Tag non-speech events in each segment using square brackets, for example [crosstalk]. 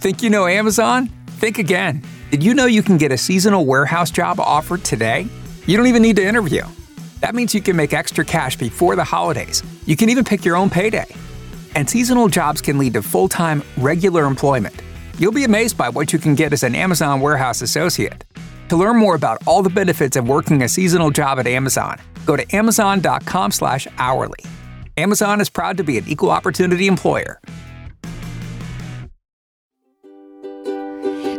Think you know Amazon? Think again. Did you know you can get a seasonal warehouse job offer today? You don't even need to interview. That means you can make extra cash before the holidays. You can even pick your own payday. And seasonal jobs can lead to full time, regular employment. You'll be amazed by what you can get as an Amazon warehouse associate. To learn more about all the benefits of working a seasonal job at Amazon, go to amazon.com slash hourly. Amazon is proud to be an equal opportunity employer.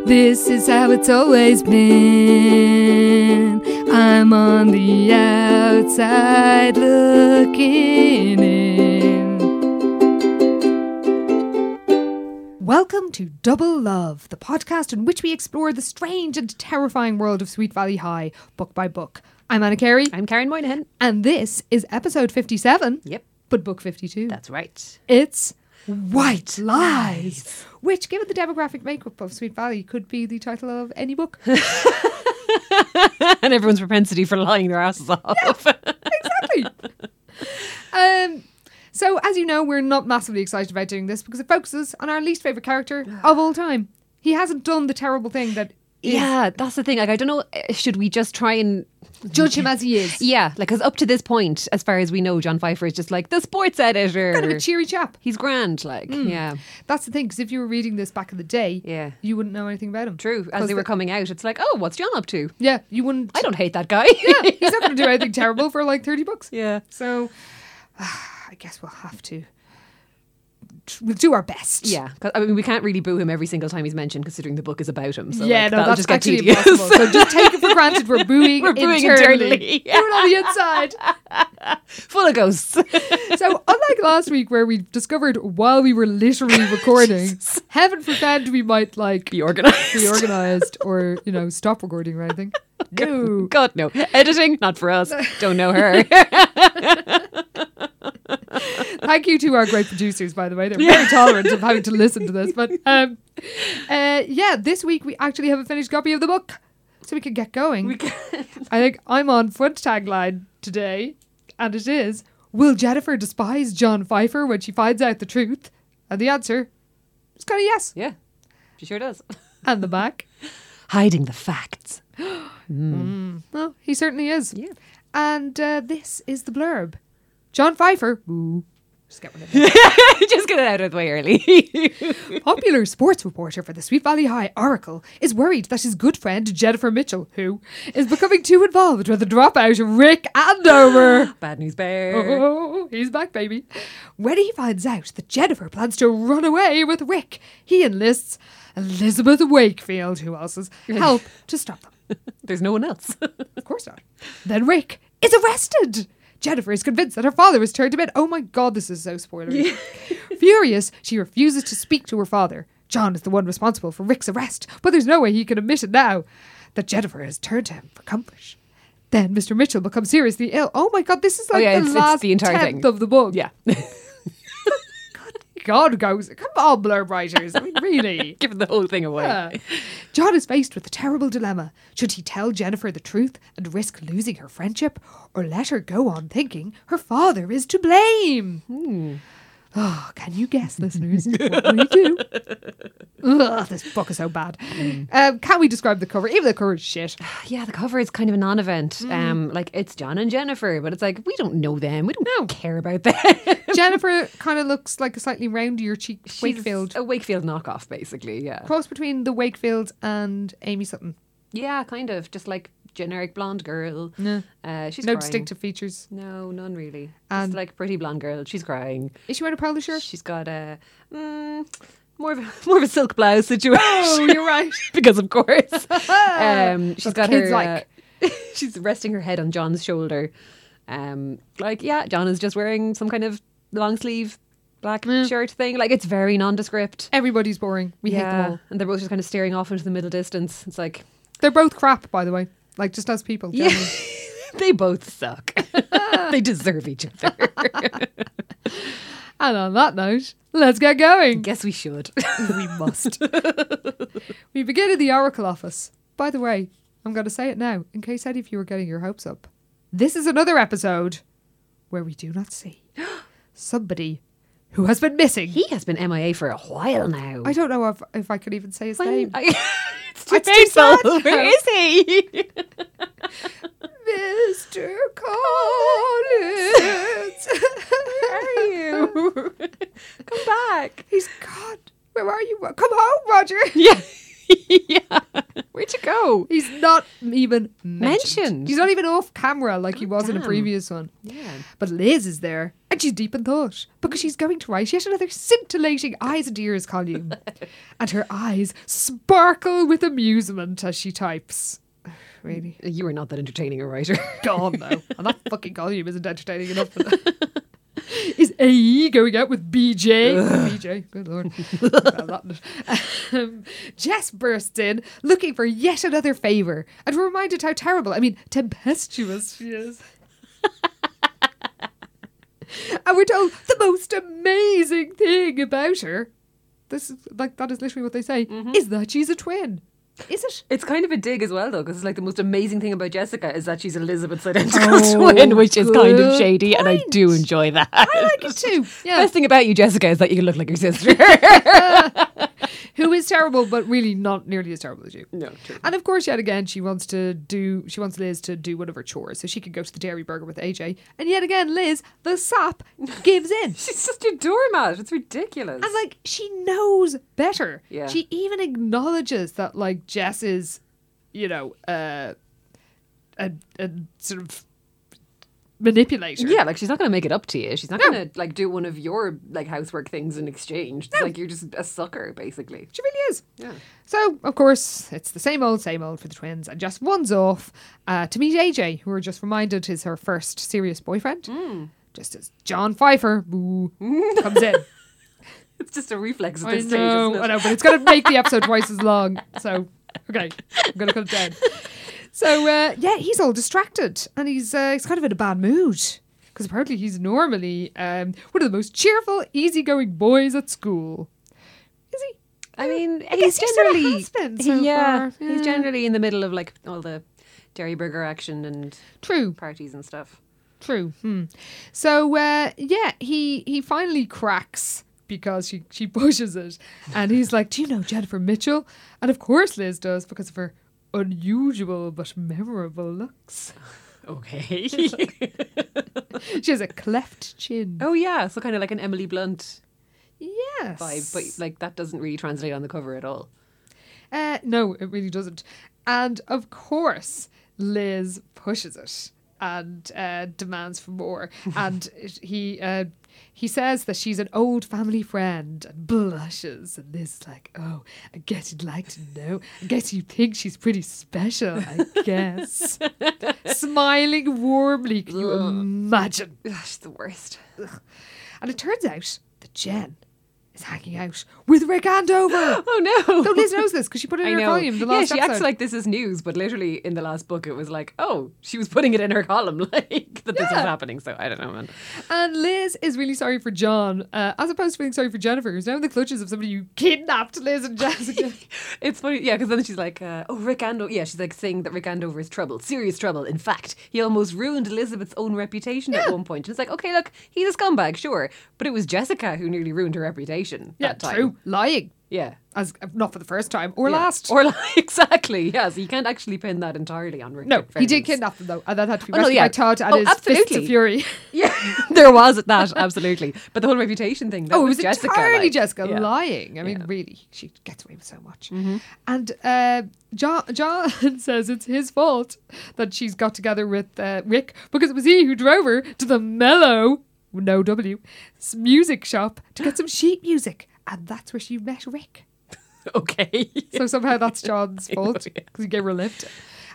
This is how it's always been. I'm on the outside looking in. Welcome to Double Love, the podcast in which we explore the strange and terrifying world of Sweet Valley High, book by book. I'm Anna Carey, I'm Karen Moynihan. and this is episode 57. Yep. But book 52. That's right. It's White Lies, which, given the demographic makeup of Sweet Valley, could be the title of any [laughs] book. [laughs] and everyone's propensity for lying their asses off. [laughs] exactly. Um, so, as you know, we're not massively excited about doing this because it focuses on our least favorite character of all time. He hasn't done the terrible thing that is- Yeah, that's the thing. Like, I don't know. eh, Should we just try and. judge him as he is. Yeah, like, because up to this point, as far as we know, John Pfeiffer is just like the sports editor. Kind of a cheery chap. He's grand, like, yeah. That's the thing because if you were reading this back in the day, Yeah. you wouldn't know anything about him. True. As 'Cause they were the- coming out, it's like, oh, what's John up to? Yeah, you wouldn't. I don't hate that [laughs] guy. yeah, he's not going to do anything terrible for like thirty bucks. yeah. So, [sighs] I guess we'll have to. tr- We'll do our best. Yeah, 'cause, I mean, we can't really boo him every single time he's mentioned, considering the book is about him. So yeah, like, no, that'll that's just get actually tedious. impossible. So just take it for granted we're booing We're booing internally, yeah. You're on the inside. [laughs] Full of [laughs] ghosts. So unlike last week where we discovered while we were [laughs] literally recording, heaven forbid we might like Be organized. be organized or, you know, stop recording or anything. No. God, [laughs] no. Editing, not for [laughs] us. Don't know her. Thank you to our great producers, by the way. They're very tolerant of having to listen to this. But um, uh, yeah, this week we actually have a finished copy of the book. So we can get going. I think I'm on Foot tagline today, and it is Will Jennifer despise John Pfeiffer when she finds out the truth? And the answer is kind of yes. yeah, she sure does. [laughs] And the back. Hiding the facts. Well, he certainly is. Yeah. And uh, this is the blurb. John Pfeiffer, ooh, just get rid of it. [laughs] Just get it out of the way early. popular sports reporter for the Sweet Valley High Oracle, is worried that his good friend Jennifer Mitchell, who is becoming too involved with the dropout Rick [laughs] Andover. [laughs] Bad news [laughs] bear. Oh, he's back, baby. When he finds out that Jennifer plans to run away with Rick, he enlists Elizabeth Wakefield, who else's, help to stop them. There's no one else. [laughs] Of course not. Then Rick is arrested. Jennifer is convinced that her father has turned him in. Oh my god, this is so spoilery. [laughs] Furious, she refuses to speak to her father. John is the one responsible for Rick's arrest, but there's no way he can admit it now that Jennifer has turned to him for comfort. Then Mr. Mitchell becomes seriously ill. Oh my god, this is like yeah, the it's- it's last the entire tenth thing. of the book. yeah. [laughs] God goes, come on, blurb writers. I mean, [laughs] really. Giving the whole thing away. Yeah. [laughs] John is faced with a terrible dilemma. Should he tell Jennifer the truth and risk losing her friendship, or let her go on thinking her father is to blame? Hmm. Oh, can you guess, listeners, what we do? Ugh, this book is so bad. Hmm. Um, can we describe the cover? Even the cover is [laughs] shit. Yeah, the cover is kind of a non event. Um, like, it's John and Jennifer, but it's like, we don't know them. We don't care about them. [laughs] Jennifer kind of looks like a slightly roundier cheeked She's Wakefield. A Wakefield knockoff, basically. Yeah. Cross between the Wakefields and Amy Sutton. Yeah, kind of. Just like generic blonde girl. No. Uh, she's no crying. distinctive features. No, none really. And- Just like pretty blonde girl. She's crying. Is she wearing a polo shirt? She's got a mm, more of a, [laughs] more of a silk blouse situation [laughs] Oh, you're right. because, of [laughs] course, um, she's That's got kids her. like. uh, [laughs] she's resting her head on John's shoulder. Um, like yeah, John is just wearing some kind of long sleeve black shirt thing. Like it's very nondescript. Everybody's boring. We hate them all. and they're both just kind of staring off into the middle distance. It's like They're both crap, by the way. Like just as people. yeah, generally. [laughs] they both [laughs] suck. they deserve each other. [laughs] And on that note, let's get going. Guess we should. we [laughs] must. [laughs] we begin in the Oracle office. By the way, I'm going to say it now, in case any of you are getting your hopes up. This is another episode where we do not see [gasps] somebody who has been missing. He has been MIA for a while now. I don't know if, if I could even say his name. I, [laughs] it's too It's too painful. sad. [laughs] Where is he? Mr. Collins. [laughs] Where are you? [laughs] Come back. [laughs] He's God. Where are you? Ro- Come home, Roger. Yeah. [laughs] yeah. Where'd you go? He's not even mentioned. Mentioned. Oh, He's not even off camera like he was in a damn. previous one. Yeah. But Liz is there, and she's deep in thought because she's going to write yet another scintillating eyes and ears [laughs] column. and her eyes sparkle with amusement as she types. [sighs] Really? You are not that entertaining a writer. [laughs] Gone though. And that fucking column isn't entertaining enough for that. [laughs] Is AE going out with BJ? [laughs] BJ, good lord. Well, that- um, Jess bursts in looking for yet another favour and we're reminded how terrible, I mean, tempestuous she [laughs] is. and we're told the most amazing thing about her. This is like that is literally what they say. Is that she's a twin? Is it? It's kind of a dig as well, though, because it's like the most amazing thing about Jessica is that she's Elizabeth's identical twin, which is kind of good shady, and I do enjoy that. Oh, I I like it [laughs] too. [laughs] Yeah. Best thing about you, Jessica, is that you look like your sister. who is terrible, but really not nearly as terrible as you. No, true. And of course, yet again, she wants to do. She wants Liz to do one of her chores, so she could go to the dairy burger with AJ. And yet again, Liz, the [laughs] sap, gives in. [laughs] she's just a doormat. It's ridiculous. And like she knows better. Yeah. She even acknowledges that like Jess is, you know, uh, a, a sort of manipulator. yeah, like she's not going to make it up to you. She's not going to like do one of your like housework things in exchange. It's like you're just a sucker, basically. She really is. Yeah. So, of course, it's the same old, same old for the twins, and just one's off uh, to meet AJ, who we're just reminded is her first serious boyfriend. Mm. Just as John Pfeiffer boo, comes [laughs] in. It's just a reflex at I this stage. Isn't know, it? I know, but it's going to make the episode twice as long. So, okay, I'm going to cut it down. So, uh, yeah, he's all distracted, and he's uh, he's kind of in a bad mood because apparently he's normally um, one of the most cheerful, easygoing boys at school. Is he? I mean, guess he's he sort of generally has been so yeah, far, he's yeah. generally in the middle of like all the dairy burger action and True. parties and stuff. True. Hmm. So uh, yeah, he he finally cracks because she she pushes it, and he's like, "Do you know Jennifer Mitchell?" And of course Liz does because of her unusual but memorable looks. [laughs] Okay. She has a cleft chin. oh yeah, so kind of like an Emily Blunt yes. vibe, but like that doesn't really translate on the cover at all. Uh, no, it really doesn't. And of course, Liz pushes it and uh, demands for more. and it- he uh, he says that she's an old family friend and blushes. And Liz is like, "Oh, I guess you'd like to know. I guess you think she's pretty special. I guess." Smiling warmly, can you imagine? Ugh, she's the worst. And it turns out that Jen is hanging out with Rick Andover. Oh [laughs] no. So Liz knows this because she put it I in her know. column. The yeah, last she episode. acts like this is news, but literally in the last book, it was like, oh, she was putting it in her column, [laughs] like that this was happening. So I don't know, man. And "Uh, Liz is really sorry for John, uh, as opposed to feeling sorry for Jennifer, who's now in the clutches of somebody who kidnapped Liz and [laughs] Jessica. It's funny, yeah, because then she's like, uh, oh, Rick Andover. Yeah, she's like saying that Rick Andover is trouble, serious trouble. In fact, he almost ruined Elizabeth's own reputation at one point. And it's like, okay, look, he's a scumbag, sure. But it was Jessica who nearly ruined her reputation yeah, that time. true. Lying. Yeah. As Not for the first time, or Yeah. last. Or [laughs] like, exactly, yeah. So you can't actually pin that entirely on Rick. no, in he did fairness. kidnap them, though, and that had to be Oh, no, rescued by yeah. Todd and Oh, his fists of absolutely. fury. Yeah, [laughs] there was that, absolutely. But the whole reputation thing, that oh, it was was Jessica. entirely like, Jessica yeah. Mm-hmm. lying. I mean, really, she gets away with so much. And uh, John, John [laughs] says it's his fault that she's got together with uh, Rick because it was he who drove her to the Mellow, no W, s- music shop to get [gasps] some sheet music. And that's where she met Rick. Okay. [laughs] So somehow that's John's fault yeah. because he gave her a lift.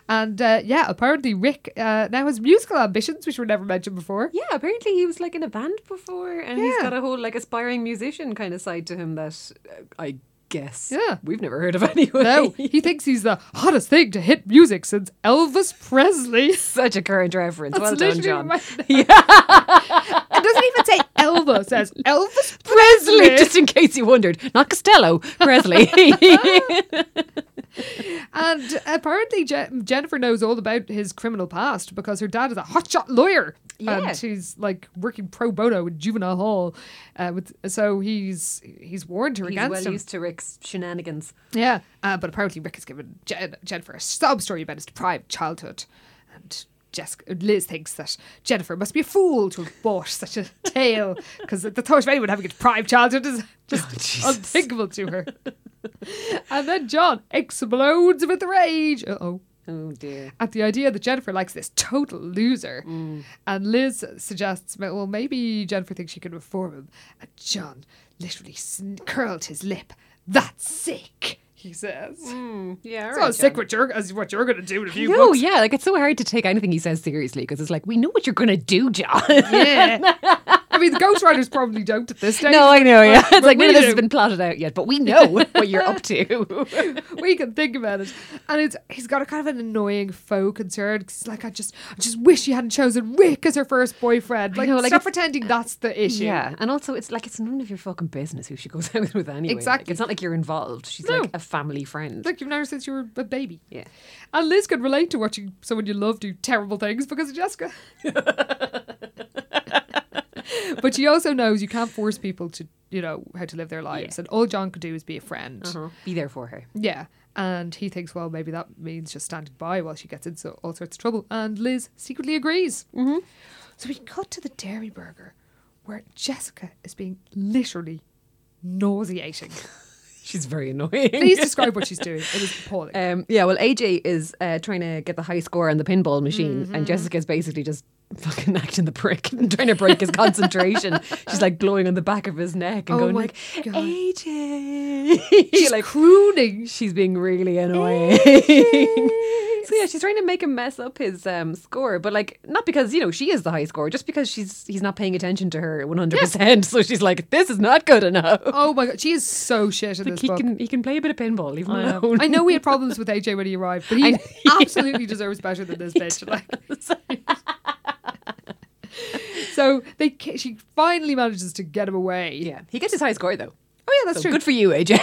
And uh, yeah, apparently Rick uh, now has musical ambitions, which were never mentioned before. Yeah, apparently he was like in a band before, and he's Yeah. got a whole like aspiring musician kind of side to him that uh, I guess Yeah. we've never heard of [laughs] anyway. No, he thinks he's the hottest thing to hit music since Elvis Presley. Such a current reference. That's well done, literally John. [laughs] my- it doesn't even say Elvis. It says [laughs] Elvis Presley. [laughs] Just in case you wondered, not Costello, Presley. and apparently, Je- Jennifer knows all about his criminal past because her dad is a hotshot lawyer. Yeah. And she's like working pro bono in juvenile hall, uh, with so he's he's warned her He's against well him. used to Rick's shenanigans. Yeah, uh, but apparently Rick has given Jen- Jennifer a sob story about his deprived childhood, and Jessica Liz thinks that Jennifer must be a fool to have bought such a tale because the thought of anyone having a deprived childhood is just unthinkable to her. and then John explodes with rage. Uh oh. Oh dear. At the idea that Jennifer likes this total loser. Mm. And Liz suggests, well, maybe Jennifer thinks she can reform him. And John literally sn- curled his lip. That's sick, he says. Mm. Yeah. It's not sick what you're, as what you're going to do in a few No, books. yeah, like it's so hard to take anything he says seriously because it's like we know what you're gonna do, John. Yeah. [laughs] I mean, the ghostwriters probably don't at this stage. [laughs] no, [laughs] I know. Yeah, But it's like none we of this has do. been plotted out yet, [laughs] but we know what you're up to. [laughs] we can think about it. And it's he's got a kind of an annoying faux concern. 'cause He's like, I just, I just wish she hadn't chosen Rick as her first boyfriend. Like, know, like, stop it's- pretending that's the issue. Yeah, and also it's like it's none of your fucking business who she goes [laughs] out with anyway. Like, Exactly. it's not like you're involved. She's No. like a family friend. Like you've known her since you were a baby. Yeah. And Liz could relate to watching someone you love do terrible things because of Jessica. but she also knows you can't force people to, you know, how to live their lives. And all John could do is be a friend. Uh-huh. Be there for her. Yeah. And he thinks, well, maybe that means just standing by while she gets into all sorts of trouble. And Liz secretly agrees. Mm-hmm. So we cut to the dairy burger where Jessica is being literally nauseating. She's very annoying. [laughs] Please describe what she's doing. It was appalling. Um, yeah, well, AJ is uh, trying to get the high score on the pinball machine, Mm-hmm. and Jessica's basically just fucking [laughs] acting the prick and trying to break his [laughs] concentration. She's like blowing on the back of his neck and Oh going my like, God. [laughs] AJ. She's like crooning. she's being really annoying. [laughs] so yeah, she's trying to make him mess up his um, score, but like not because you know she is the high score, just because she's he's not paying attention to her one hundred percent. [laughs] So she's like, this is not good enough. Oh my god, she is so shit in like this he book. can he can play a bit of pinball, leave him I know. alone. I know we had problems with AJ when he arrived, but he [laughs] I- yeah. [laughs] absolutely deserves better than this bitch. Like, so they ca- she finally manages to get him away. [laughs] Yeah, he gets his high score though. Oh yeah, that's So true. good for [laughs] you, AJ.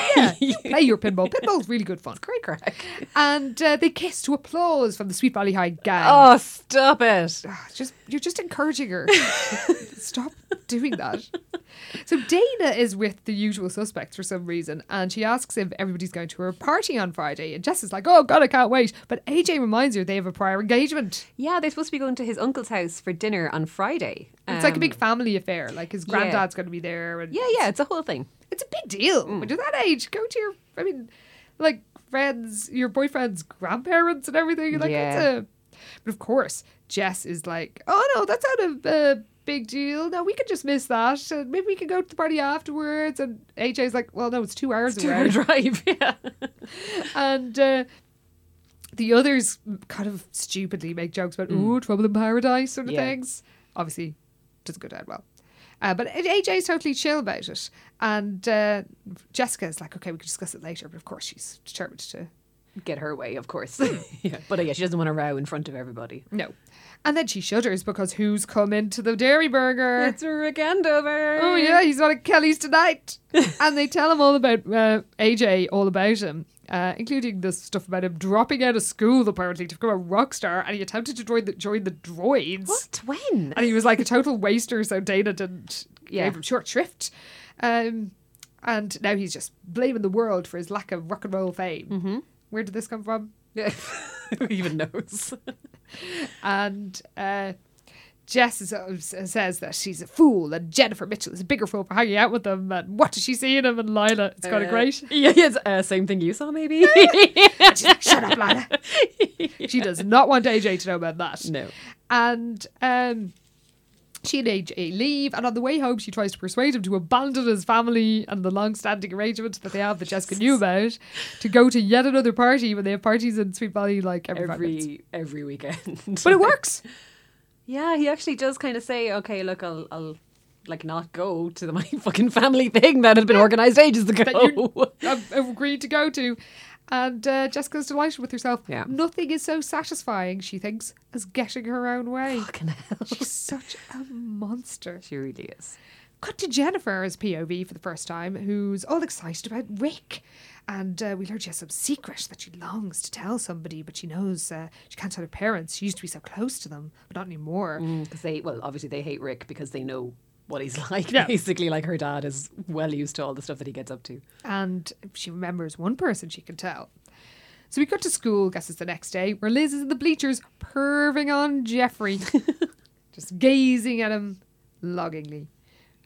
Play your pinball. Pinball's really good fun. [laughs] Great crack. And uh, they kiss to applause from the Sweet Valley High gang. Oh, stop it. Ah, it's just you're just encouraging her. [laughs] Stop doing that. So Dana is with the usual suspects for some reason, and she asks if everybody's going to her party on Friday. And Jess is like, "Oh God, I can't wait!" But AJ reminds her they have a prior engagement. Yeah, they're supposed to be going to his uncle's house for dinner on Friday. It's like a Um, big family affair. Like his yeah. granddad's going to be there, and Yeah, yeah, it's a whole thing. [laughs] it's a big deal. When you're that age, go to your, I mean, like friends, your boyfriend's grandparents and everything. Like, Yeah. that's a. But of course, Jess is like, oh no, that's not a uh, big deal. No, we could just miss that. And maybe we can go to the party afterwards. And AJ's like, well, no, it's two hours Two away. hour drive. [laughs] Yeah. And uh, the others kind of stupidly make jokes about, ooh, trouble in paradise sort of Yeah. things. Obviously, doesn't go down well. Uh, but AJ's totally chill about it. And uh, Jessica's like, okay, we can discuss it later. But of course, she's determined to Get her way, of course. [laughs] yeah. But uh, yeah, she doesn't want to row in front of everybody. no. And then she shudders because who's come into the dairy burger? Rick Andover. Oh yeah, he's on at Kelly's tonight. [laughs] and they tell him all about uh, AJ, all about him, uh, including this stuff about him dropping out of school apparently to become a rock star, and he attempted to join the join the droids, What? [laughs] When? and he was like a total waster, so Dana didn't Yeah. gave him short shrift. Um, and now he's just blaming the world for his lack of rock and roll fame. Mm-hmm. Where did this come from? Yeah. [laughs] Who even [laughs] knows? and uh, Jess is, uh, s- says that she's a fool, and Jennifer Mitchell is a bigger fool for hanging out with them. And what does she see in him? And Lila, it's kind of great. [laughs] Yeah, yeah, it's, uh, same thing you saw, [laughs] maybe. She's like, [laughs] Shut up, Lila. [laughs] She does not want AJ to know about that. No. And um, she and AJ leave, and on the way home, she tries to persuade him to abandon his family and the long-standing arrangement that they have that Jessica knew about to go to yet another party when they have parties in Sweet Valley like every, five minutes. every every weekend. [laughs] But it works. Yeah, he actually does kind of say, "Okay, look, I'll, I'll like not go to the [laughs] my fucking family thing that had been organised [laughs] ages that ago." you have agreed to go to. And uh, Jessica's delighted with herself. Yeah. Nothing is so satisfying, she thinks, as getting her own way. Fucking hell, She's such a monster. she really is. Cut to Jennifer's POV for the first time, who's all excited about Rick. And uh, we learn she has some secret that she longs to tell somebody, but she knows uh, she can't tell her parents. She used to be so close to them, but not anymore. Because they, well, obviously they hate Rick because they know what he's [laughs] like. Basically, like her dad is well used to all the stuff that he gets up to. and she remembers one person she can tell. So we got to school, guess it's the next day, where Liz is in the bleachers perving on Jeffrey, just gazing at him longingly.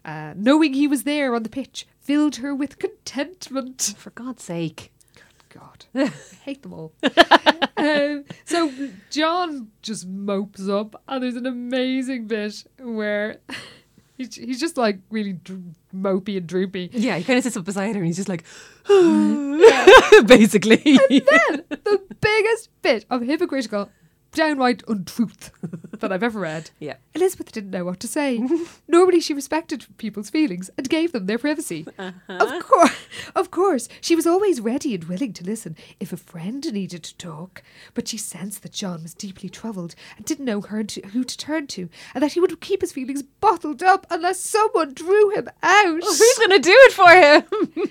Uh, knowing he was there on the pitch filled her with contentment. For God's sake. God, I hate them all. um, so John just mopes up, and there's an amazing bit where [laughs] he's, he's just like really dr- mopey and droopy. Yeah, he kind of sits up beside her and he's just like, "Ah." [laughs] basically. the biggest bit of hypocritical, downright untruth that I've ever read. [laughs] Yeah. Elizabeth didn't know what to say. Normally, she respected people's feelings and gave them their privacy. Of course, of course, she was always ready and willing to listen if a friend needed to talk. But she sensed that John was deeply troubled and didn't know her to, who to turn to, and that he would keep his feelings bottled up unless someone drew him out. [laughs] Who's going to do it for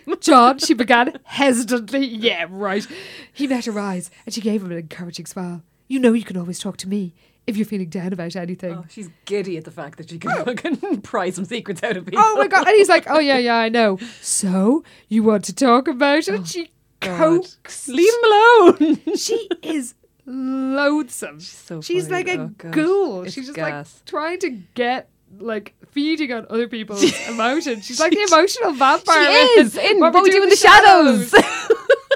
him? John, she began hesitantly. Yeah, right. He met her eyes and she gave him an encouraging smile. You know you can always talk to me if you're feeling down about anything. Oh, Oh, she's giddy at the fact that she can fucking [laughs] pry some secrets out of people. my god. And he's like, Oh yeah, yeah, I know. So you want to talk about it? and she coaxed. Oh, Leave him alone. She is loathsome. She's so She's funny. like a Oh, God. ghoul. It's She's just gas. like trying to get like feeding on other [laughs] people's emotions. She's like the emotional vampire. [laughs] in What We Do in the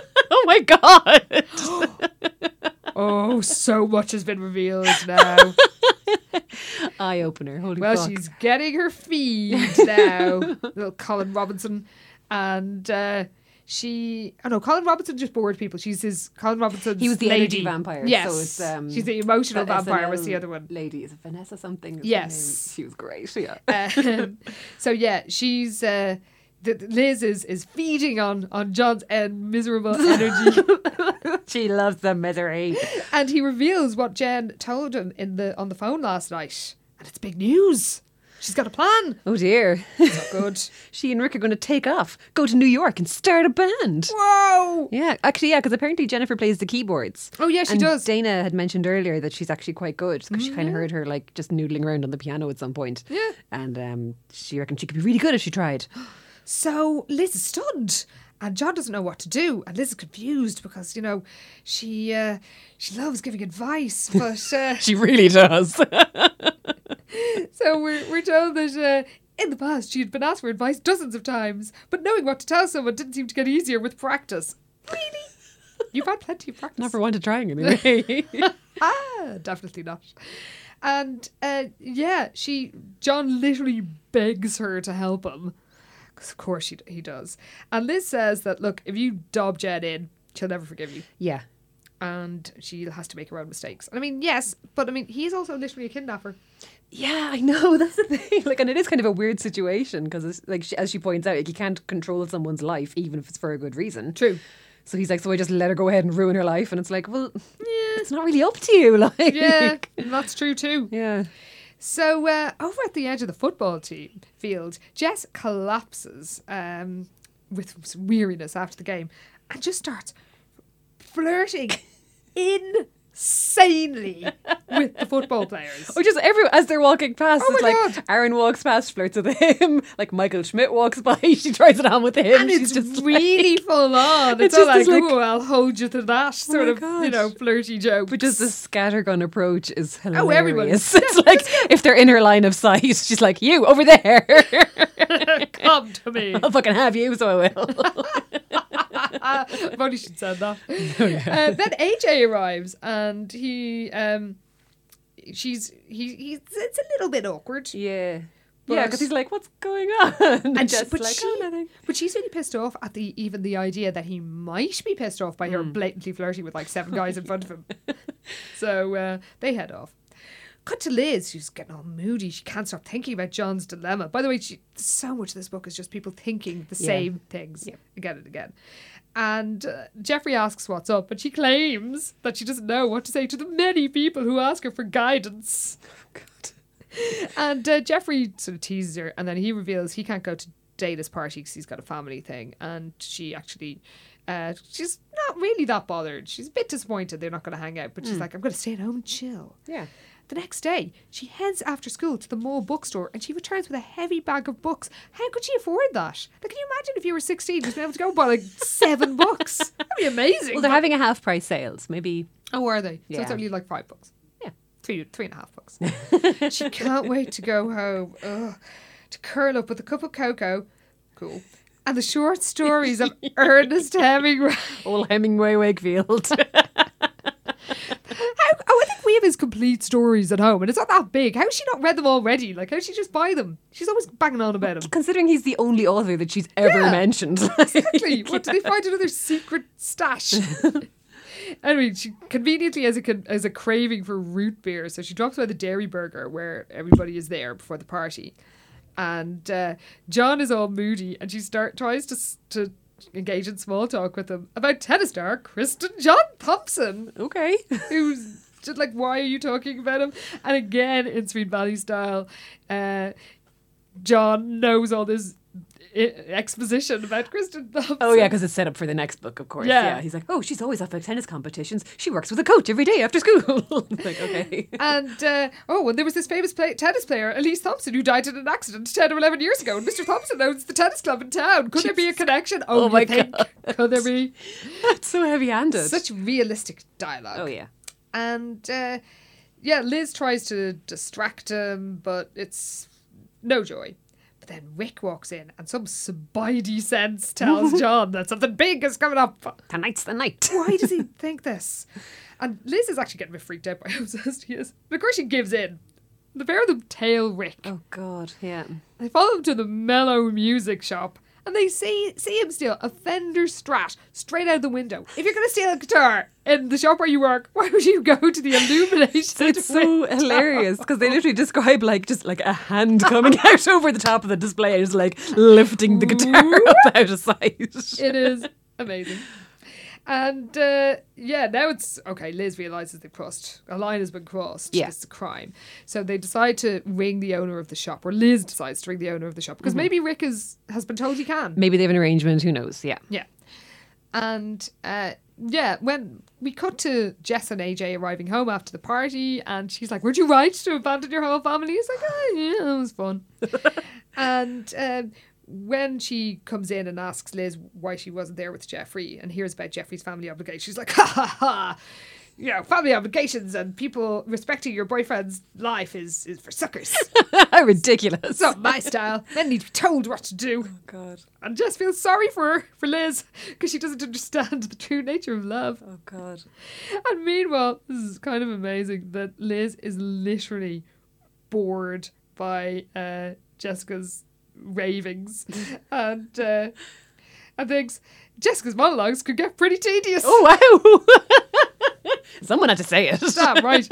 [laughs] oh my god! Oh, so much has been revealed [laughs] now. Eye opener. Holy Well, fuck. she's getting her feed now, [laughs] little Colin Robinson, and uh, she. Oh no, Colin Robinson just bored people. She's his Colin Robinson. He was the lady. energy vampire. Yes, So it's, um, she's the emotional that vampire. Was SNL the other one? Lady is it Vanessa something? is her Yes. name? she was great. [laughs] Uh, Yeah. Um, [laughs] so yeah, she's. Uh, th- th- Liz is, is feeding on on John's end miserable [laughs] energy, she loves the misery. and he reveals what Jen told him in the on the phone last night, and it's big news. She's got a [laughs] plan. Oh dear. Not good. she and Rick are going to take off, go to New York, and start a band. Whoa. Yeah, actually, yeah, because apparently Jennifer plays the keyboards. Oh, yeah, she And does. Mm-hmm. Dana had mentioned earlier that she's actually quite good because she kind of heard her like just noodling around on the piano at some point. Yeah. and um, she reckoned she could be really good if [gasps] she tried. So Liz is stunned, and John doesn't know what to do, and Liz is confused because you know she uh, she loves giving advice, but uh, She really does. so we're we're told that. Uh, in the past, she had been asked for advice dozens of times, but knowing what to tell someone didn't seem to get easier with practice. Really? You've had plenty of practice. Never wanted [laughs] trying anyway. ah, definitely not. And uh, yeah, she John literally begs her to help him because of course she, he does. And Liz says that look, if you dob Jen in, she'll never forgive you, yeah, and she has to make her own mistakes. And I mean, yes, but I mean, he's also literally a kidnapper. Yeah, I know. [laughs] That's the thing. Like, and it is kind of a weird situation because, like, she, as she points out, like, you can't control someone's life even if it's for a good reason. True. So he's like, so I just let her go ahead and ruin her life, and it's like, well, yeah, it's not really up to you. [laughs] Like, Yeah, [laughs] and that's true too. yeah. So uh, over at the edge of the football team field, Jess collapses um, with s- weariness after the game and just starts [laughs] flirting insanely with the football players. Or just every as they're walking past, Oh it's my like God. Aaron walks past, flirts with him. [laughs] Like Michael Schmidt walks [laughs] by, she tries it on with him. And she's it's just really [laughs] full on. It's, It's all just like, this, like- oh, I'll hold you to that sort my of, you gosh. know, flirty joke. But [laughs] just the scattergun approach is hilarious. [laughs] Oh, everybody. It's like if they're in her line of sight, [laughs] she's like, "You over there, [laughs] come to me. I'll fucking have you, so I will." Ah, if only she'd said that. uh, then AJ arrives and he, um, she's, he, he's, it's a little bit awkward. Yeah. But- [laughs] yeah, because he's like, what's going on? [laughs] And, And she, Jess but, is like, she, oh, nothing. but she's really pissed off at the even the idea that he might be pissed off by her Hmm. blatantly flirting with like seven guys in front of him. [laughs] So uh, they head off. Cut to Liz, who's getting all moody. She can't stop thinking about John's dilemma. By the way, she, so much of this book is just people thinking the Yeah. same things again and again. And uh, Jeffrey asks what's up, and she claims that she doesn't know what to say to the many people who ask her for guidance. God. And uh, Jeffrey sort of teases her, and then he reveals he can't go to Data's party because he's got a family thing. And she actually, uh, she's not really that bothered. She's a bit disappointed they're not going to hang out, but Hmm. she's like, I'm going to stay at home and chill. Yeah. The next day, she heads after school to the mall bookstore and she returns with a heavy bag of books. How could she afford that? Like, can you imagine if you were 16, you'd be able to go buy like seven books? That'd be amazing. Well, they're having a half price sales. Maybe. Oh, are they? So it's Yeah. only like five bucks. Yeah. Three, three and a half bucks. [laughs] she can't wait to go home. Ugh. To curl up with a cup of cocoa. Cool. And the short stories [laughs] of Ernest Hemingway. All Hemingway Wakefield. [laughs] How, oh, I think we have his complete stories at home, and it's not that big. How has she not read them already? Like, how does she just buy them? She's always banging on about them. Considering he's the only author that she's ever Yeah. mentioned. [laughs] Exactly. [laughs] What do they find another secret stash? anyway, she conveniently has a con- has a craving for root beer, so she drops by the Dairy Burger where everybody is there before the party, and uh, John is all moody, and she start tries to s- to engage in small talk with him about tennis star Kristen John Thompson okay. who's just like, why are you talking about him? And again, in Sweet Valley style, uh, John knows all this i- exposition about Kristen Thompson. Oh, yeah, because it's set up for the next book, of course. Yeah. Yeah. He's like, oh, she's always off at tennis competitions. She works with a coach every day after school. [laughs] It's like, okay. And uh, oh, and there was this famous play- tennis player, Elise Thompson, who died in an accident 10 or 11 years ago. And Mr. Thompson owns the tennis club in town. Could there be a connection? Oh, Oh you my think? Could there be? [laughs] That's so heavy handed. Such realistic dialogue. Oh, yeah. And uh, yeah, Liz tries to distract him, but it's no joy. But then Wick walks in, and some spidey sense tells John that something big is coming up. Tonight's the night. Why does he think this? And Liz is actually getting a bit freaked out by how obsessed he is. And of course, she gives in. The pair of them tail Rick. Oh, God. Yeah. They follow him to the mellow music shop. And they see see him steal a Fender Strat straight out of the window. If you're gonna steal a guitar in the shop where you work, [laughs] why would you go to the illumination? [laughs] It's so hilarious because they literally describe like just like a [laughs] hand coming out over the top of the display and just like lifting the guitar [laughs] up out of sight. it is amazing. And uh, yeah, now it's okay. Liz realizes they've crossed a line has been crossed. Yeah. It's a crime. So they decide to ring the owner of the shop, or Liz decides to ring the owner of the shop Mm-hmm. because maybe Rick is, has been told he can. Maybe they have an arrangement. Who knows? [laughs] Yeah. Yeah. And uh, yeah, when we cut to Jess and AJ arriving home after the party, and she's like, Were you right to abandon your whole family? He's like, Oh, yeah, it was fun. and um, when she comes in and asks Liz why she wasn't there with Jeffrey and hears about Jeffrey's family obligations, she's like, [laughs] Ha ha ha. You know, family obligations and people respecting your boyfriend's life is, is for suckers. Ridiculous. it's not my style. Men need to be told what to do Oh, God. and just feels sorry for her, for Liz, because she doesn't understand the true nature of love. Oh, God. And meanwhile, this is kind of amazing that Liz is literally bored by uh, Jessica's ravings [laughs] and uh, and thinks Jessica's monologues could get pretty tedious. Oh, wow. [laughs] Someone had to say it. [laughs] Damn right,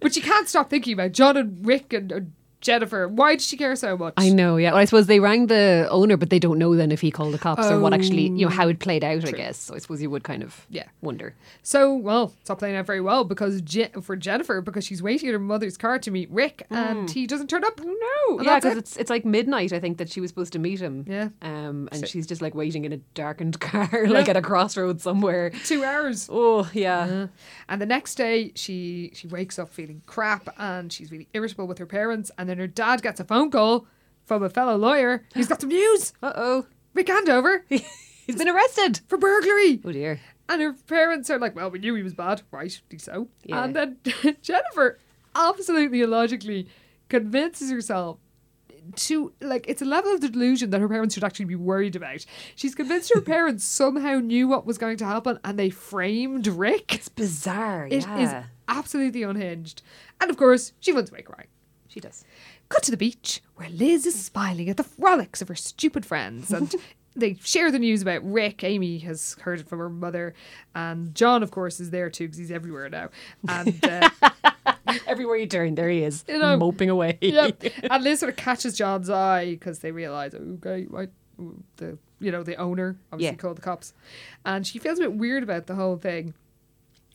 but she can't stop thinking about John and Rick and. and Jennifer, why does she care so much? [laughs] I know, yeah. Well, I suppose they rang the owner, but they don't know then if he called the cops or what actually, you know, how it played out, I guess. So I suppose you would kind of Yeah. wonder. So, well, it's not playing out very well because Je- for Jennifer, because she's waiting at her mother's car to meet Rick and he doesn't turn up. No. Hmm. Oh, yeah, because it's it's like midnight. I think that she was supposed to meet him. Yeah. um, and she's just like waiting in a darkened [laughs] car, like at a crossroads somewhere. two hours. Oh yeah, And the next day, she she wakes up feeling crap and she's really irritable with her parents. And then her dad gets a phone call from a fellow lawyer. He's got some news. uh oh, Rick Andover [laughs] he's been arrested. for burglary. Oh dear, And her parents are like, well, we knew he was bad, rightly so. Yeah. And then [laughs] Jennifer, absolutely illogically, convinces herself to, like, it's a level of delusion that her parents should actually be worried about. She's convinced [laughs] her parents somehow knew what was going to happen and they framed Rick. [laughs] it's bizarre. It is yeah, absolutely unhinged. And of course, she runs away crying. she does. Cut to the beach, where Liz is smiling at the frolics of her stupid friends, and they share the news about Rick. Amy has heard it from her mother, and John, of course, is there too because he's everywhere now. And uh, Everywhere you turn, there he is, You know, moping away. [laughs] yep, and Liz sort of catches John's eye because they realize, okay, right, the you know the owner obviously Yeah. called the cops, and she feels a bit weird about the whole thing.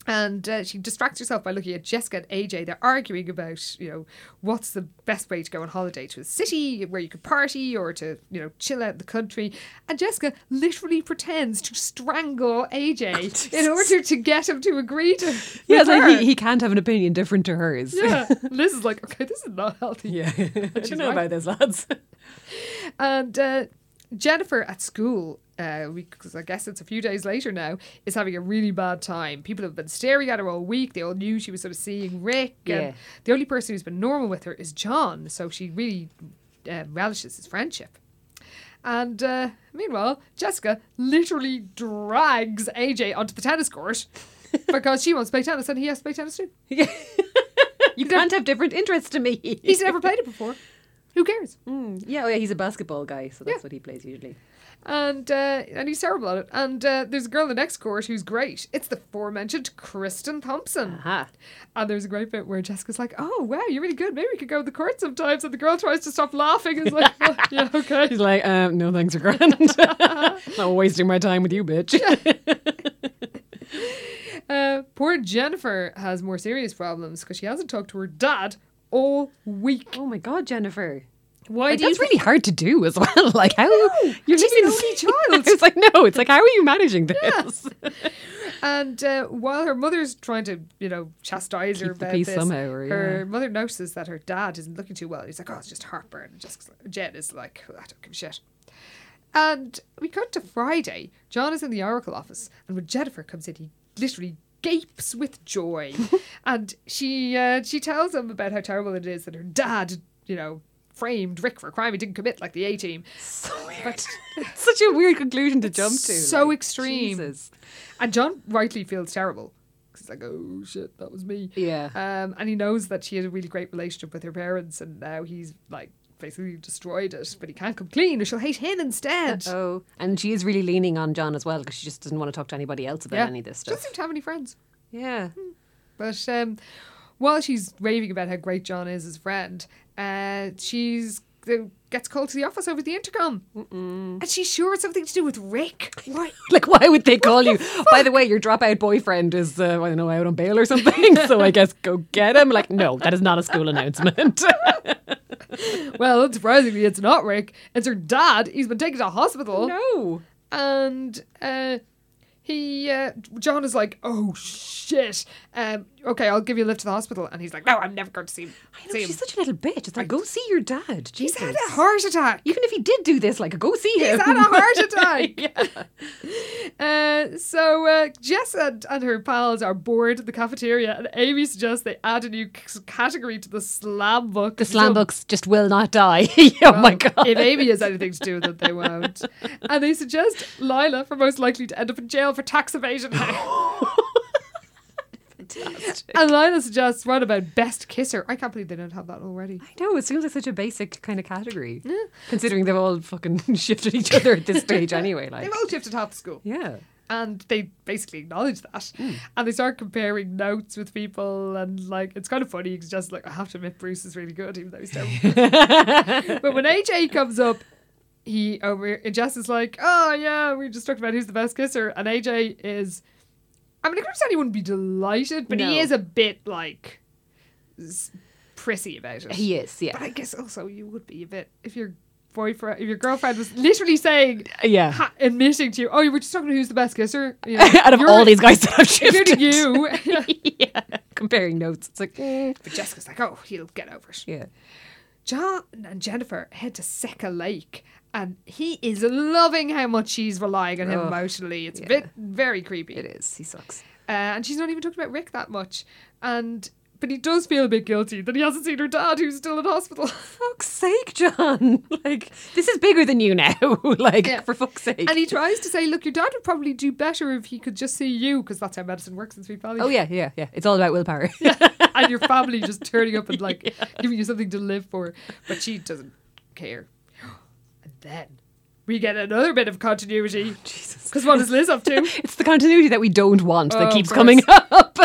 And uh, she distracts herself by looking at Jessica and AJ. They're arguing about, you know, what's the best way to go on holiday to a city where you could party or to, you know, chill out in the country. And Jessica literally pretends to strangle [laughs] AJ in order to get him to agree to. Oh, Yeah, with it's her. like [laughs] he, he can't have an opinion different to hers. yeah. Liz is like, okay, this is not healthy. [laughs] yeah. I she's don't know right. about [laughs] this, lads. And uh, Jennifer at school, uh, because I guess it's a few days later now, is having a really bad time. People have been staring at her all week. They all knew she was sort of seeing Rick. Yeah. And the only person who's been normal with her is John. So she really uh, relishes his friendship. And uh, meanwhile, Jessica literally drags AJ onto the tennis court because she wants to play tennis and he has to play tennis too. You can't have different interests to me. He's never played it before. Who cares? [laughs] Mm, yeah, oh yeah, he's a basketball guy, so that's Yeah. what he plays usually. and uh, and he's terrible at it. And uh, there's a girl in the next court who's great. It's the aforementioned Kristen Thompson. Aha. And there's a great bit where Jessica's like, "Oh wow, you're really good. Maybe we could go to the court sometimes." And the girl tries to stop laughing. Is like, [laughs] "Oh, "Yeah, okay." [laughs] He's like, um, no thanks, Grant. [laughs] Not wasting my time with you, bitch. Uh, poor Jennifer has more serious problems because she hasn't talked to her dad all week. [laughs] Oh my god, Jennifer. Why Like, do you? that's really hard to do as well. [laughs] Like how you're she's missing an only [laughs] child. It's like no. It's like how are you managing [laughs] this? And uh, while her mother's trying to, you know, chastise her Keep the about peace this, somehow, or- her mother notices that her dad isn't looking too well. He's like, "Oh, it's just heartburn." And Jessica's like, Jen is like, "Oh, "I don't give a shit." And we cut to Friday. John is in the Oracle office, and when Jennifer comes in, he literally gapes with [laughs] joy, and she uh, she tells him about how terrible it is that her dad, you know, framed Rick for a crime he didn't commit, like the A team. So weird. [laughs] Such a weird conclusion to jump to. so extreme. Jesus. And John rightly feels terrible. 'Cause He's like, oh shit, that was me. Yeah. Um, and he knows that she had a really great relationship with her parents, and now he's like basically destroyed it, but he can't come clean, or she'll hate him instead. Oh, and she is really leaning on John as well because she just doesn't want to talk to anybody else about any of this She stuff. doesn't seem to have any friends. Yeah. [laughs] But um, while she's raving about how great John is as a friend, uh, she's uh, gets called to the office over the intercom, and she's sure it's something to do with Rick. Why? Like, why would they call you? By the way, your dropout boyfriend is, uh, I don't know, out on bail or something. [laughs] so I guess go get him. Like, no, that is not a school announcement. well, unsurprisingly, it's not Rick. It's her dad. He's been taken to hospital. [laughs] no. and uh, he uh, John is like, "Oh shit! Um, okay, I'll give you a lift to the hospital." And he's like, "No, I'm never going to see him." I know, see him." she's such a little bitch. It's like, go see your dad. he's Jesus. had a heart attack. Even if he did do this, like, go see him. He's had a heart [laughs] attack. [laughs] uh, so uh, Jess and, and her pals are bored in the cafeteria, and Amy suggests they add a new c- category to the slam book. The slam So- books just will not die. [laughs] oh my Um, God. If Amy has anything to do with it, they won't. And they suggest Lila for most likely to end up in jail for tax [laughs] evasion. And Lila suggests one about best kisser. I can't believe they don't have that already. I know, it seems like such a basic kind of category. Considering they've all fucking [laughs] shifted each other at this stage anyway. [laughs] Like, They've all shifted half the school. yeah. And they basically acknowledge that. Hmm. And they start comparing notes with people. And like, it's kind of funny. It's just like, I have to admit, Bruce is really good, even though he's terrible. but when AJ comes up, he over Jess is like, oh yeah, we just talked about who's the best kisser. And AJ is, I mean, I can understand he wouldn't be delighted, but he No. is a bit like s- prissy about it. [laughs] He is, yeah. But I guess also you would be a bit if your boyfriend, if your girlfriend was literally saying, Yeah. ha- admitting to you, oh, you were just talking to who's the best kisser you know, [laughs] Out of you're- all these guys that I've including shifted. you. [laughs] yeah. Comparing notes. It's like, mm, but Jessica's like, oh, he'll get over it. yeah. John and Jennifer head to Seca Lake, and he is loving how much she's relying on him Ugh, emotionally. It's a yeah. bit very creepy. It is. He sucks. Uh, and she's not even talking about Rick that much. And but he does feel a bit guilty that he hasn't seen her dad, who's still in hospital. Fuck's sake, John. [laughs] Like, this is bigger than you now. [laughs] like, Yeah. for fuck's sake. And he tries to say, look, your dad would probably do better if he could just see you, because that's how medicine works in Sweet Valley. oh, yeah, yeah, yeah. It's all [laughs] about willpower. and your family just turning up and [laughs] like giving you something to live for. But she doesn't care. [gasps] And then we get another bit of [gasps] continuity. Jesus. [laughs] Because what is Liz up to? it's the continuity that we don't want Oh, that keeps gross. coming up.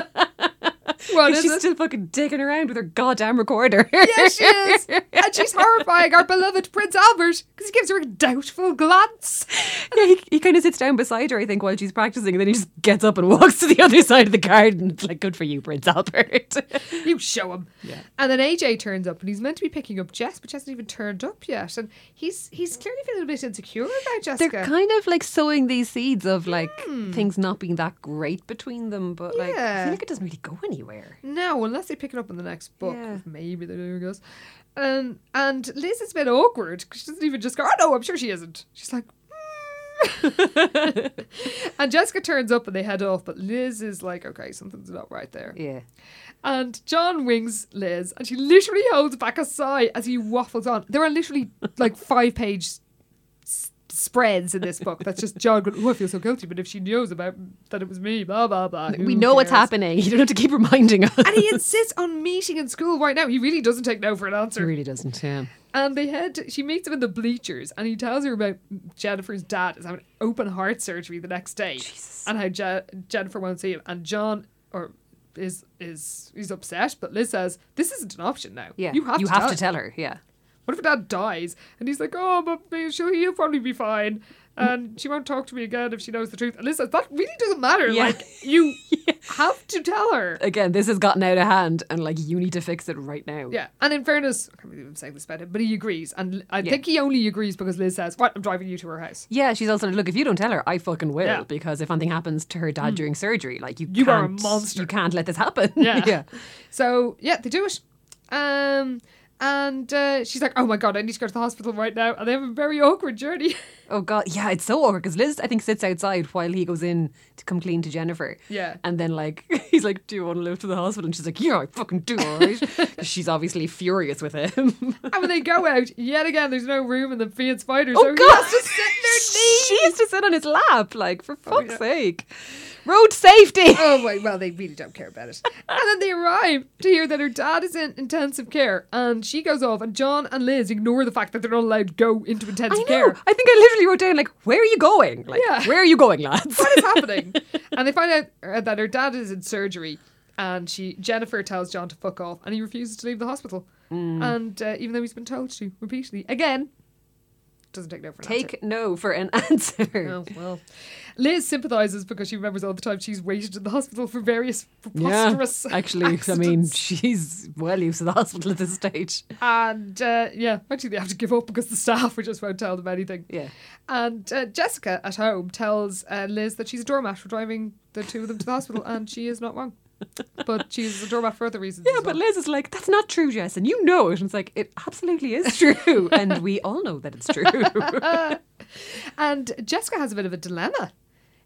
What And is [laughs] she's it? [laughs] still fucking digging around with her goddamn recorder. Yeah, she is. And she's horrifying our beloved Prince Albert because he gives her a doubtful glance. [laughs] Yeah, he, he kind of sits down beside her, I think, while she's practicing, and then he just gets up and [laughs] walks to the other side of the garden. It's like, good for you, Prince Albert. [laughs] You show him. Yeah. And then AJ turns up and he's meant to be picking up Jess, but Jess hasn't even turned up yet. And he's he's clearly feeling a bit insecure about They're Jessica. kind of like sowing these seeds of like things not being that great between them, but like, I Hmm. Yeah. feel like it doesn't really go anywhere. No, unless they pick it up in the next book. Yeah. Maybe they do, I guess. Um, and Liz is a bit awkward 'cause she doesn't even just go, oh, no, I'm sure she isn't. She's like, "Mm." [laughs] and Jessica turns up and they head off, but Liz is like, okay, something's not right there. Yeah. And John wings Liz, and she literally holds back a sigh as he waffles on. There are literally [laughs] like five page s- spreads in this book that's just John going, oh, I feel so guilty, but if she knows about that it was me, blah, blah, blah. we who know what's cares?" happening. [laughs] You don't have to keep [laughs] reminding us. and he insists on meeting in school right now. He really doesn't take no for an He answer. really doesn't, yeah. And they head. She meets him in the bleachers, and he tells her about Jennifer's dad is having open heart surgery the next day, and how Je- Jennifer won't see him. And John or is is he's upset, but Liz says this isn't an option now. Yeah. you have, to, tell him. her, yeah. What if her dad dies? And he's like, oh, but maybe she'll he'll probably be fine. And she won't talk to me again if she knows the truth. And Liz says, that really doesn't matter. Yeah. Like, you have to tell her. Again, this has gotten out of hand, and like, you need to fix it right now. Yeah, and in fairness, I can't believe I'm saying this about him, but he agrees, and I Yeah. think he only agrees because Liz says, "What? I'm driving you to her house. Yeah, she's also like, look, if you don't tell her, I fucking will Yeah. Hmm. because if anything happens to her dad during surgery, like you, You are a can't- monster." You can't let this happen. [laughs] [laughs] Yeah. So yeah, they do it, um, and uh, she's like, "Oh my god, I need to go to the hospital right now," and they have a very awkward journey. [laughs] Oh god, yeah, it's so awkward because Liz, I think, sits outside while he goes in to come clean to Jennifer. Yeah. and then like [laughs] he's like, "Do you want to live to the hospital?" And she's like, "Yeah, I fucking do." All [laughs] right. she's obviously furious with him. and when they go out, yet again, there's no room in the Fiat Spider, so Oh he god, has to sit in their [laughs] she used to sit on his lap, like for fuck's yeah. sake. Road safety. [laughs] Oh wait, well they really don't care about it. And then they arrive to hear that her dad is in intensive care, and she goes off, and John and Liz ignore the fact that they're not allowed to go into I intensive know. care. I think I literally wrote down like, "Where are you going? Like, Yeah. where are you going, lads?" what is happening? And they find out uh, that her dad is in surgery, and she Jennifer tells John to fuck off, and he refuses to leave the hospital. Mm. And uh, even though he's been told to repeatedly, again, doesn't take no for an answer. [laughs] Take no for an [laughs] answer. Oh well, Liz sympathises because she remembers all the time she's waited in the hospital for various Yeah, preposterous. [laughs] actually, I mean, accidents. she's well used to the [laughs] hospital at this stage. and uh, yeah, actually they have to give up because the staff [laughs] just won't tell them anything. Yeah. And uh, Jessica at home tells uh, Liz that she's a doormat for driving the two of them to the hospital, and she is not wrong. But she's a doormat for other reasons. Yeah, as but well. Liz is like, that's not true, Jess, and you know it. And it's like, it absolutely [laughs] is true. and we all know that it's true. [laughs] and Jessica has a bit of a dilemma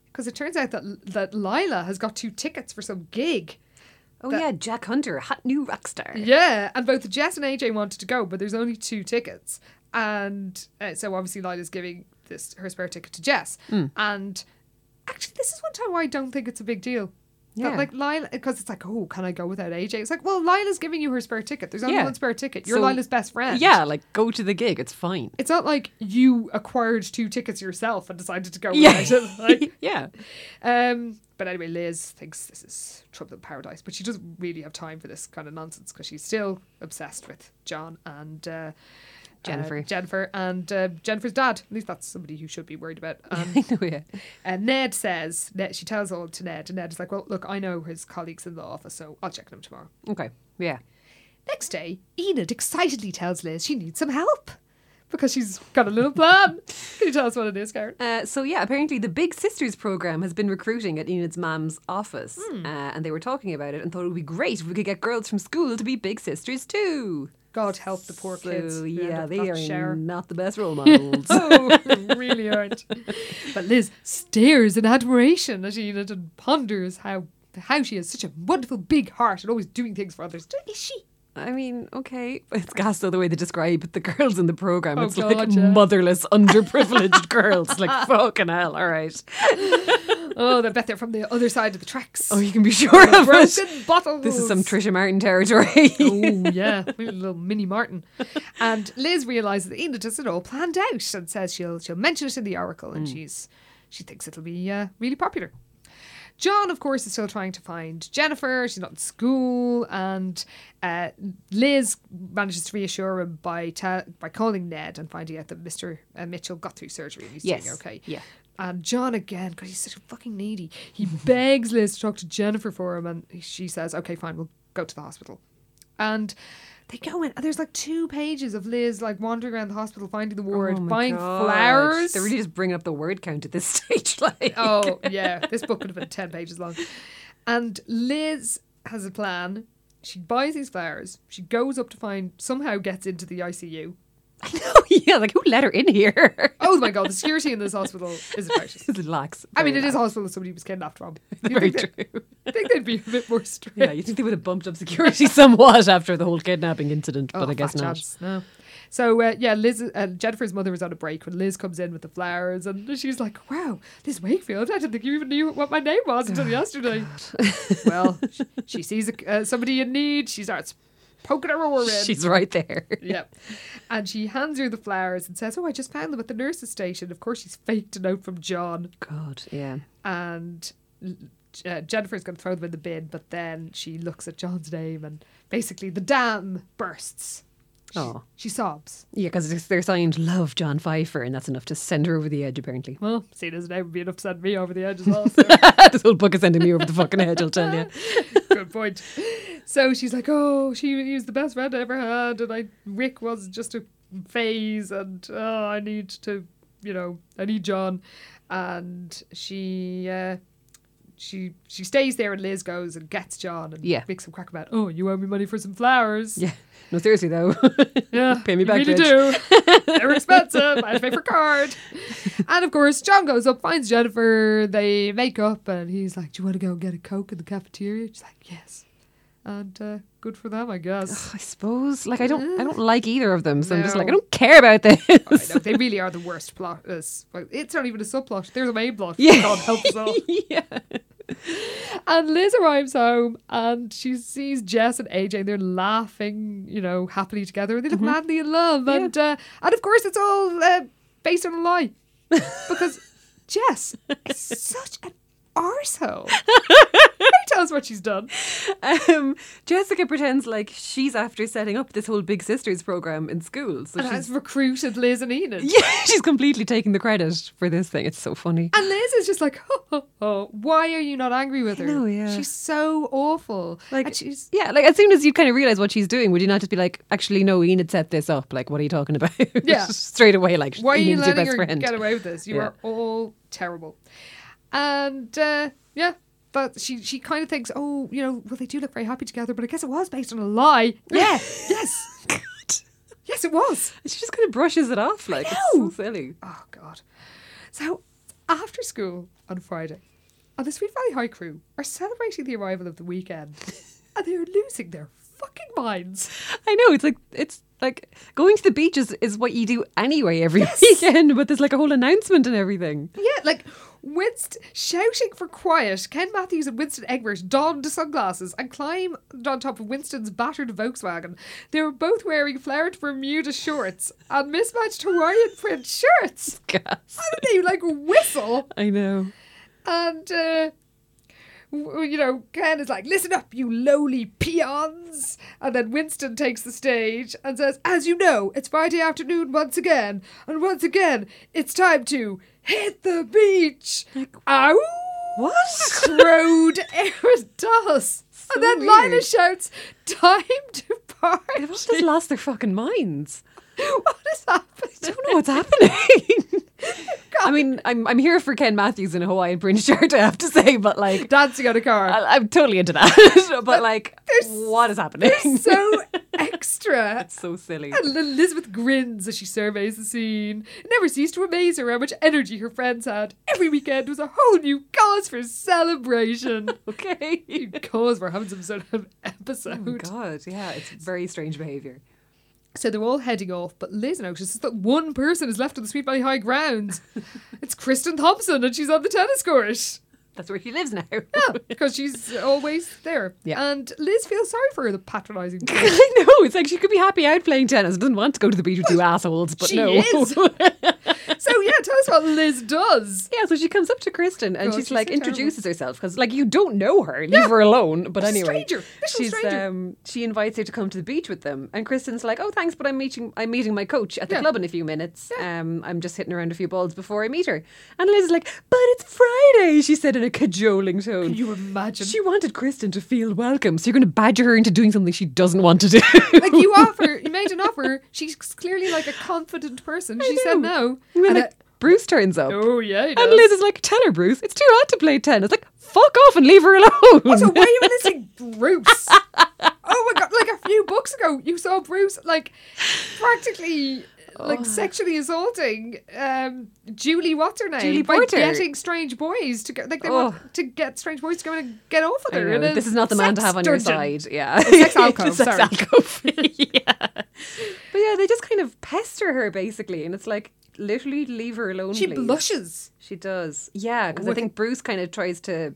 because it turns out that that Lila has got two tickets for some gig. oh, yeah, Jack Hunter, hot new rock star. Yeah, and both Jess and AJ wanted to go, but there's only two tickets, and uh, so obviously Lila's giving this her spare ticket to Jess. Hmm. And actually, this is one time where I don't think it's a big deal. That, Yeah. like Lila, because it's like, oh, can I go without AJ? It's like, well, Lila's giving you her spare ticket. There's only Yeah. one spare ticket. You're So- Lila's best friend. Yeah, like, go to the gig, it's fine. It's not like you acquired two tickets yourself and decided to go Yeah. [laughs] without it. Like, yeah. um, but anyway, Liz thinks this is trouble in paradise, but she doesn't really have time for this kind of nonsense because she's still obsessed with John and uh, Jennifer. uh, Jennifer and uh, Jennifer's dad. At least that's somebody who should be worried [laughs] about. Um, I know, [laughs] yeah. and Ned says Ned, she tells all to Ned, and Ned is like, "Well, look, I know his colleagues in the office, so I'll check them tomorrow." Okay, yeah. Next day, Enid excitedly tells Liz she needs some help because she's got a little plan. [laughs] Can you tell us what it is, Karen? Uh, so yeah, apparently the Big Sisters program has been recruiting at Enid's mom's office, uh, and they were talking about it and thought it would be great if we could get girls from school to be big sisters too. God help the poor kids. So who end yeah, up they not are share. not the best [laughs] role models. Oh, [laughs] really [laughs] aren't. But Liz stares in admiration at Enid and ponders how how she has such a wonderful big heart and always doing things for others. Is [laughs] she? I mean, okay, it's gas though the way they describe the girls in the program. Oh, it's God, like yeah. motherless, [laughs] underprivileged girls. Like fucking hell. All right. Oh, they bet they're from the other side of the tracks. Oh, you can be sure of it. Broken bottles. This is some Trisha Martin territory. Oh yeah, we need a little mini Martin. And Liz realizes that Enid has it all planned out Hmm. and says she'll she'll mention it in the Oracle, and she's she thinks it'll be uh, really popular. John, of course, is still trying to find Jennifer. She's not in school, and uh, Liz manages to reassure him by ta- by calling Ned and finding out that Mister uh, Mitchell got through surgery. and He's Yes. doing okay. Yeah. And John again, because he's such a fucking needy, he [laughs] begs Liz to talk to Jennifer for him, and she says, "Okay, fine, we'll go to the hospital." And they go in, and there's like two pages of Liz like wandering around the hospital, finding the ward, [laughs] [laughs] Oh my buying God. flowers. They're really just bringing up the word count at this [laughs] stage. Like, [laughs] Oh yeah, this book could have been ten pages long. And Liz has a plan. She buys these flowers. She goes up to find somehow gets into the ICU. [laughs] I know. Yeah, like who let her in here? Oh my god, the security in this hospital is [laughs] precious. This is lax. I mean, Very it is a lax. hospital somebody was kidnapped from. You'd [laughs] very think they'd- true. I think they'd be a bit more strict. Yeah, you think they would have bumped up security [laughs] somewhat after the whole kidnapping incident, Oh, but I guess fat not. chance, No. So uh, yeah, Liz, uh, Jennifer's mother was on a break when Liz comes in with the flowers, and she's like, "Wow, Liz Wakefield! I didn't think you even knew what my name was until Oh, [laughs] yesterday." well, she, she sees a, uh, somebody in need. She starts poking her oar in. [laughs] She's right there. [laughs] Yep. And she hands her the flowers and says, "Oh, I just found them at the nurses' station." Of course, she's faked a note from John, God, yeah. and uh, Jennifer's going to throw them in the bin. But then she looks at John's name, and basically the dam bursts. She- Oh. she sobs. Yeah, because they're signed Love John Pfeiffer, and that's enough to send her over the edge, [laughs] apparently. [laughs] Well, seeing as now being upset me over the edge as well, so this whole book is sending me over the fucking edge, I'll tell you. good point. So she's like, "Oh, she was the best friend I ever had, and I Rick was just a phase, and oh, I need to, you know, I need John." And she, uh, she, she stays there, and Liz goes and gets John, and Yeah. makes him crack about, "Oh, you owe me money for some flowers." Yeah. No, seriously, though. [laughs] Yeah, Pay me you back, Really do. [laughs] They're expensive. I have to pay for card. And of course, John goes up, finds Jennifer. They make up, and he's like, "Do you want to go and get a coke in the cafeteria?" She's like, "Yes." And uh, good for them, I guess. I suppose, like, I don't I don't like either of them, so I'm just like, I No. don't care about I this. know, [laughs] they really are the worst plot. uh, s- well, It's not even a subplot. There's a main plot. Yeah. God help us [laughs] all. yeah. And Liz arrives home and she sees Jess and AJ and they're laughing, you know, happily together and they look Mm-hmm. madly in love. And uh, and of course, it's all uh, based on a [laughs] lie because Jess is such an arsehole. [laughs] Can you tell us what she's done? Um, Jessica pretends like she's after setting up this whole Big Sisters program in school. So And she's, has recruited Liz and Enid. yeah, [laughs] she's completely taking the credit for this thing. It's so funny. And Liz is just like, [laughs] oh, oh, oh, why are you not angry with her? know, yeah. She's so awful. Like, and she's yeah, like as soon as you kind of realize what she's doing, would you not just be like, actually, no, Enid set this up. Like, what are you talking about? [laughs] Yeah. Straight away, like, Why are you Enid's your letting best her friend. [laughs] get away with this? You Yeah. are all terrible. And uh, yeah, but she she kind of thinks, oh, you know, well they do look very happy together, but I guess it was based on a [laughs] lie. Yeah, yes, yes, it was. She just kind of brushes it off. Like, it's so know. silly. Oh God. So after school on Friday, and the Sweet Valley High crew are celebrating the arrival of the [laughs] weekend, and they are losing their fucking minds. I know. It's like, it's like going to the beach is, is what you do anyway every [laughs] weekend, but there's like a whole announcement and everything. Yeah, like Winston shouting for quiet. Ken Matthews and Winston Egbert donned sunglasses and climbed on top of Winston's battered Volkswagen. They were both wearing flared Bermuda shorts and mismatched Hawaiian print shirts. Gas. And they like whistle I know. and. Uh, w- you know, Ken is like, listen up, you lowly peons. And then Winston takes the stage and says, as you know, it's Friday afternoon once again. And once again, it's time to hit the beach. Ow! What? Road Aerodos. and then weird. Lila shouts, time to party. They've all just lost their fucking minds. what has happened? I don't know what's happening. [laughs] I mean, I'm I'm here for Ken Matthews in a Hawaiian print shirt. I have to say, but like, Dancing on a car. I, I'm totally into that. [laughs] but like, there's- what is happening? so extra. [laughs] It's so silly. And Elizabeth grins as she surveys the scene. It never ceased to amaze her how much energy her friends had. Every weekend was a whole new cause for [laughs] celebration. Okay. New cause for having some sort of episode. Oh God, yeah, it's very strange behavior. So they're all heading off, but Liz notices that one person is left on the Sweet Valley High [laughs] grounds. it's Kristen Thompson, and she's on the tennis court. That's where she lives now. [laughs] Yeah, because she's always there. Yeah. And Liz feels sorry for her, the [laughs] patronising. [laughs] I [laughs] know. It's like she could be happy out playing tennis. Doesn't want to go to the beach with you assholes, but She no. is. So yeah, tell us what Liz does. Yeah, so she comes up to Kristen and God, she's she's like so terrible. introduces herself because like you don't know her, leave her alone. But anyway, stranger, little she's stranger. um she invites her to come to the beach with them, and Kristen's like, oh thanks, but I'm meeting I'm meeting my coach at the Yeah. club in a few minutes. Um, I'm just hitting around a few balls before I meet her. And Liz is like, but it's Friday, she said in a cajoling tone. Can you imagine? she wanted Kristen to feel welcome, so you're going to badger her into doing something she doesn't want to do. like [laughs] you offer, you made an offer. She's clearly like a confident person. She said no. And then And like, Bruce turns up. I- oh yeah, he And does. Liz is like, tell her, Bruce, it's too hot to play tennis. Like, fuck off and leave her alone. Also, why are you listening, [laughs] Bruce? oh my god! Like a few books ago, you saw Bruce like practically Oh. like sexually assaulting um, Julie. What's her name? Julie by Porter. getting strange boys to go, like they Oh. want to get strange boys to go in and get off of I her. know, in a this is not the man to sex have on your dungeon. side. [laughs] Yeah. sex alcove, Sex sorry. [laughs] alcove. [laughs] yeah. But yeah, they just kind of pester her basically, and it's like literally leave her alone. She please. blushes. She does. Yeah, because I Wicked. think Bruce kind of tries to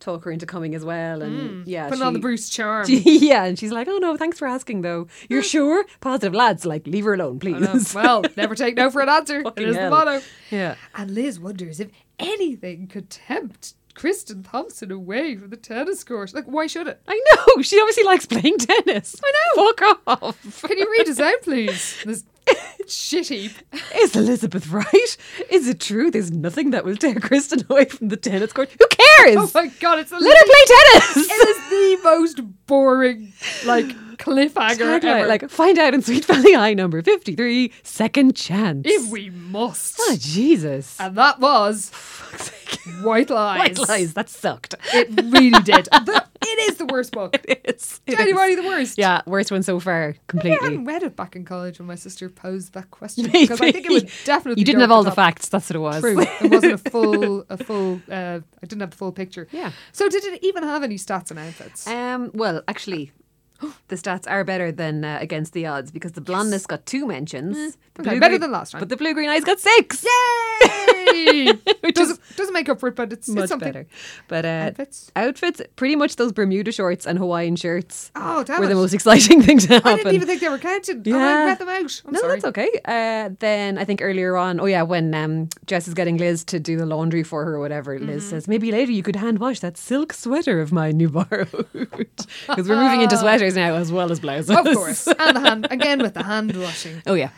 talk her into coming as well, and yeah, Putting she, on Hmm. the Bruce charm. [laughs] yeah, and she's like, "Oh no, thanks for asking, though. You're sure? Positive lads, like leave her alone, please." No, Hmm. [laughs] well, never take no for an answer. it Fucking is the hell. motto. yeah. And Liz wonders if anything could tempt Kristen Thompson away from the tennis court. Like, why should it? I know. She obviously likes playing [laughs] tennis. I know. Fuck off. Can you read us out, please? [laughs] This shitty. Is Elizabeth right? Is it true there's nothing that will tear [laughs] Kristen away from the tennis court? Who cares? Oh [laughs] my god, it's a Let her little. play tennis. [laughs] It is the most boring, [sighs] like cliffhanger Tagline, ever. like find out in Sweet Valley High number 53, second chance. if we must. oh Jesus. And that was [laughs] Fuck's sake. White Lies. White lies, that sucked. It really did. The- it is the worst book. It's [laughs] it Genuinely is. the worst. Yeah, worst one so far, I completely. hadn't read it back in college when my sister posed that question because I think it was [laughs] Maybe. definitely You didn't go have all off the facts, that's what it was. [laughs] True. It wasn't a full, a full. Uh, I didn't have the full picture. Yeah. So did it even have any stats and outfits? Um, well, actually, [gasps] the stats are better than uh, against the odds because the blondness got two mentions. The Mm, okay, blue better green- than last time. But the blue green eyes got six. [laughs] Yay! Which doesn't doesn't make up for it, but it's, it's Much something. better. But uh, Outfits? outfits, pretty much those Bermuda shorts and Hawaiian shirts Oh damn were it! the most [laughs] exciting thing to happen. I didn't even think they were counted. Oh, Yeah. I read them out. I'm no, sorry. that's okay. Uh, then I think earlier on, oh yeah, when um, Jess is getting Liz to do the laundry for her or whatever, Mm-hmm. Liz says, maybe later you could hand wash that silk sweater of mine [laughs] you [laughs] borrowed. Because we're moving into sweaters now as well as blouses. Of course, and the hand again with the hand washing. Oh yeah.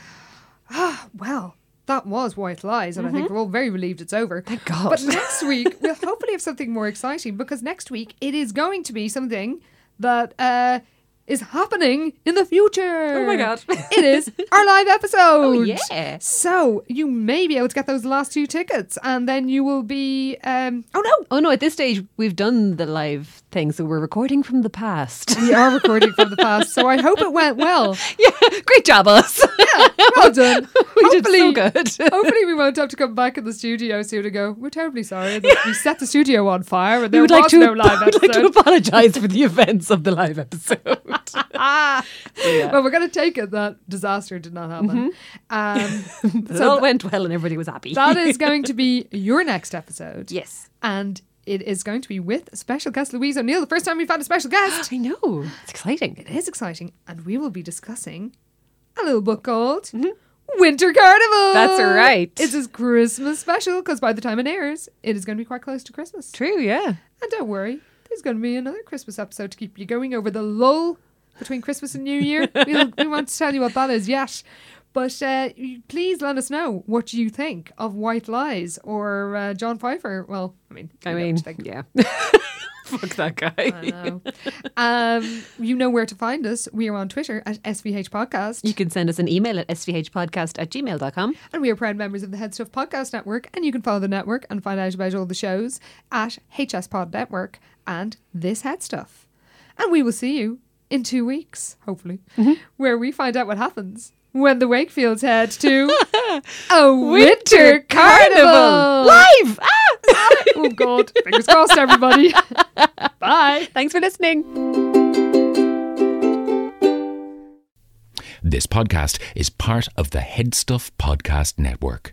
Well, that was White Lies, and I think we're all very relieved it's over. Thank Mm-hmm. God. [laughs] But next week, we'll hopefully have something more exciting because next week it is going to be something that uh, is happening in the future. Oh my God. [laughs] it is our live episode. Oh, yeah. So you may be able to get those last two tickets, and then you will be. Um, [laughs] oh, no. Oh no, at this stage we've done the live thing, so we're recording from [laughs] the past. [laughs] We are recording from the past, so I hope it went well. yeah, great job us. [laughs] Well done. we did so Hopefully- good. [laughs] Hopefully, we won't have to come back in the studio soon and go, We're terribly sorry that [laughs] we set the studio on fire and We there would was like to, [laughs] no live we would like to episode. apologize for the events of the [laughs] live episode. ah. yeah. Well, we're going to take it that disaster did not happen. Mm-hmm. Um, But it so all th- went well and everybody was happy. that [laughs] is going to be your next episode. yes. And it is going to be with special guest Louise O'Neill. The first time we've had a special guest. I know. It's exciting. it is exciting. And we will be discussing a little book called. Winter Carnival. Mm-hmm. That's right. It's his Christmas special because by the time it airs, it is going to be quite close to Christmas. True, yeah. And don't worry, there's going to be another Christmas episode to keep you going over the lull between Christmas and New Year. [laughs] We'll, we won't tell you what that is yet. But uh, you- please let us know what you think of White Lies or uh, John Pfeiffer. Well, I mean, I you know what mean, to think. [laughs] yeah. Fuck that guy. I know. um, you know where to find us. We are on Twitter at SVH Podcast. You can send us an email at svhpodcast at gmail.com. And we are proud members of the Head Stuff Podcast Network. And you can follow the network and find out about all the shows at HS Pod Network and This Head Stuff. And we will see you in two weeks, hopefully, where we find out what happens when the Wakefields head [laughs] to a winter carnival. Live! Ah! [laughs] oh, God. Fingers crossed, [laughs] everybody. Bye. Thanks for listening. This podcast is part of the Headstuff Podcast Network.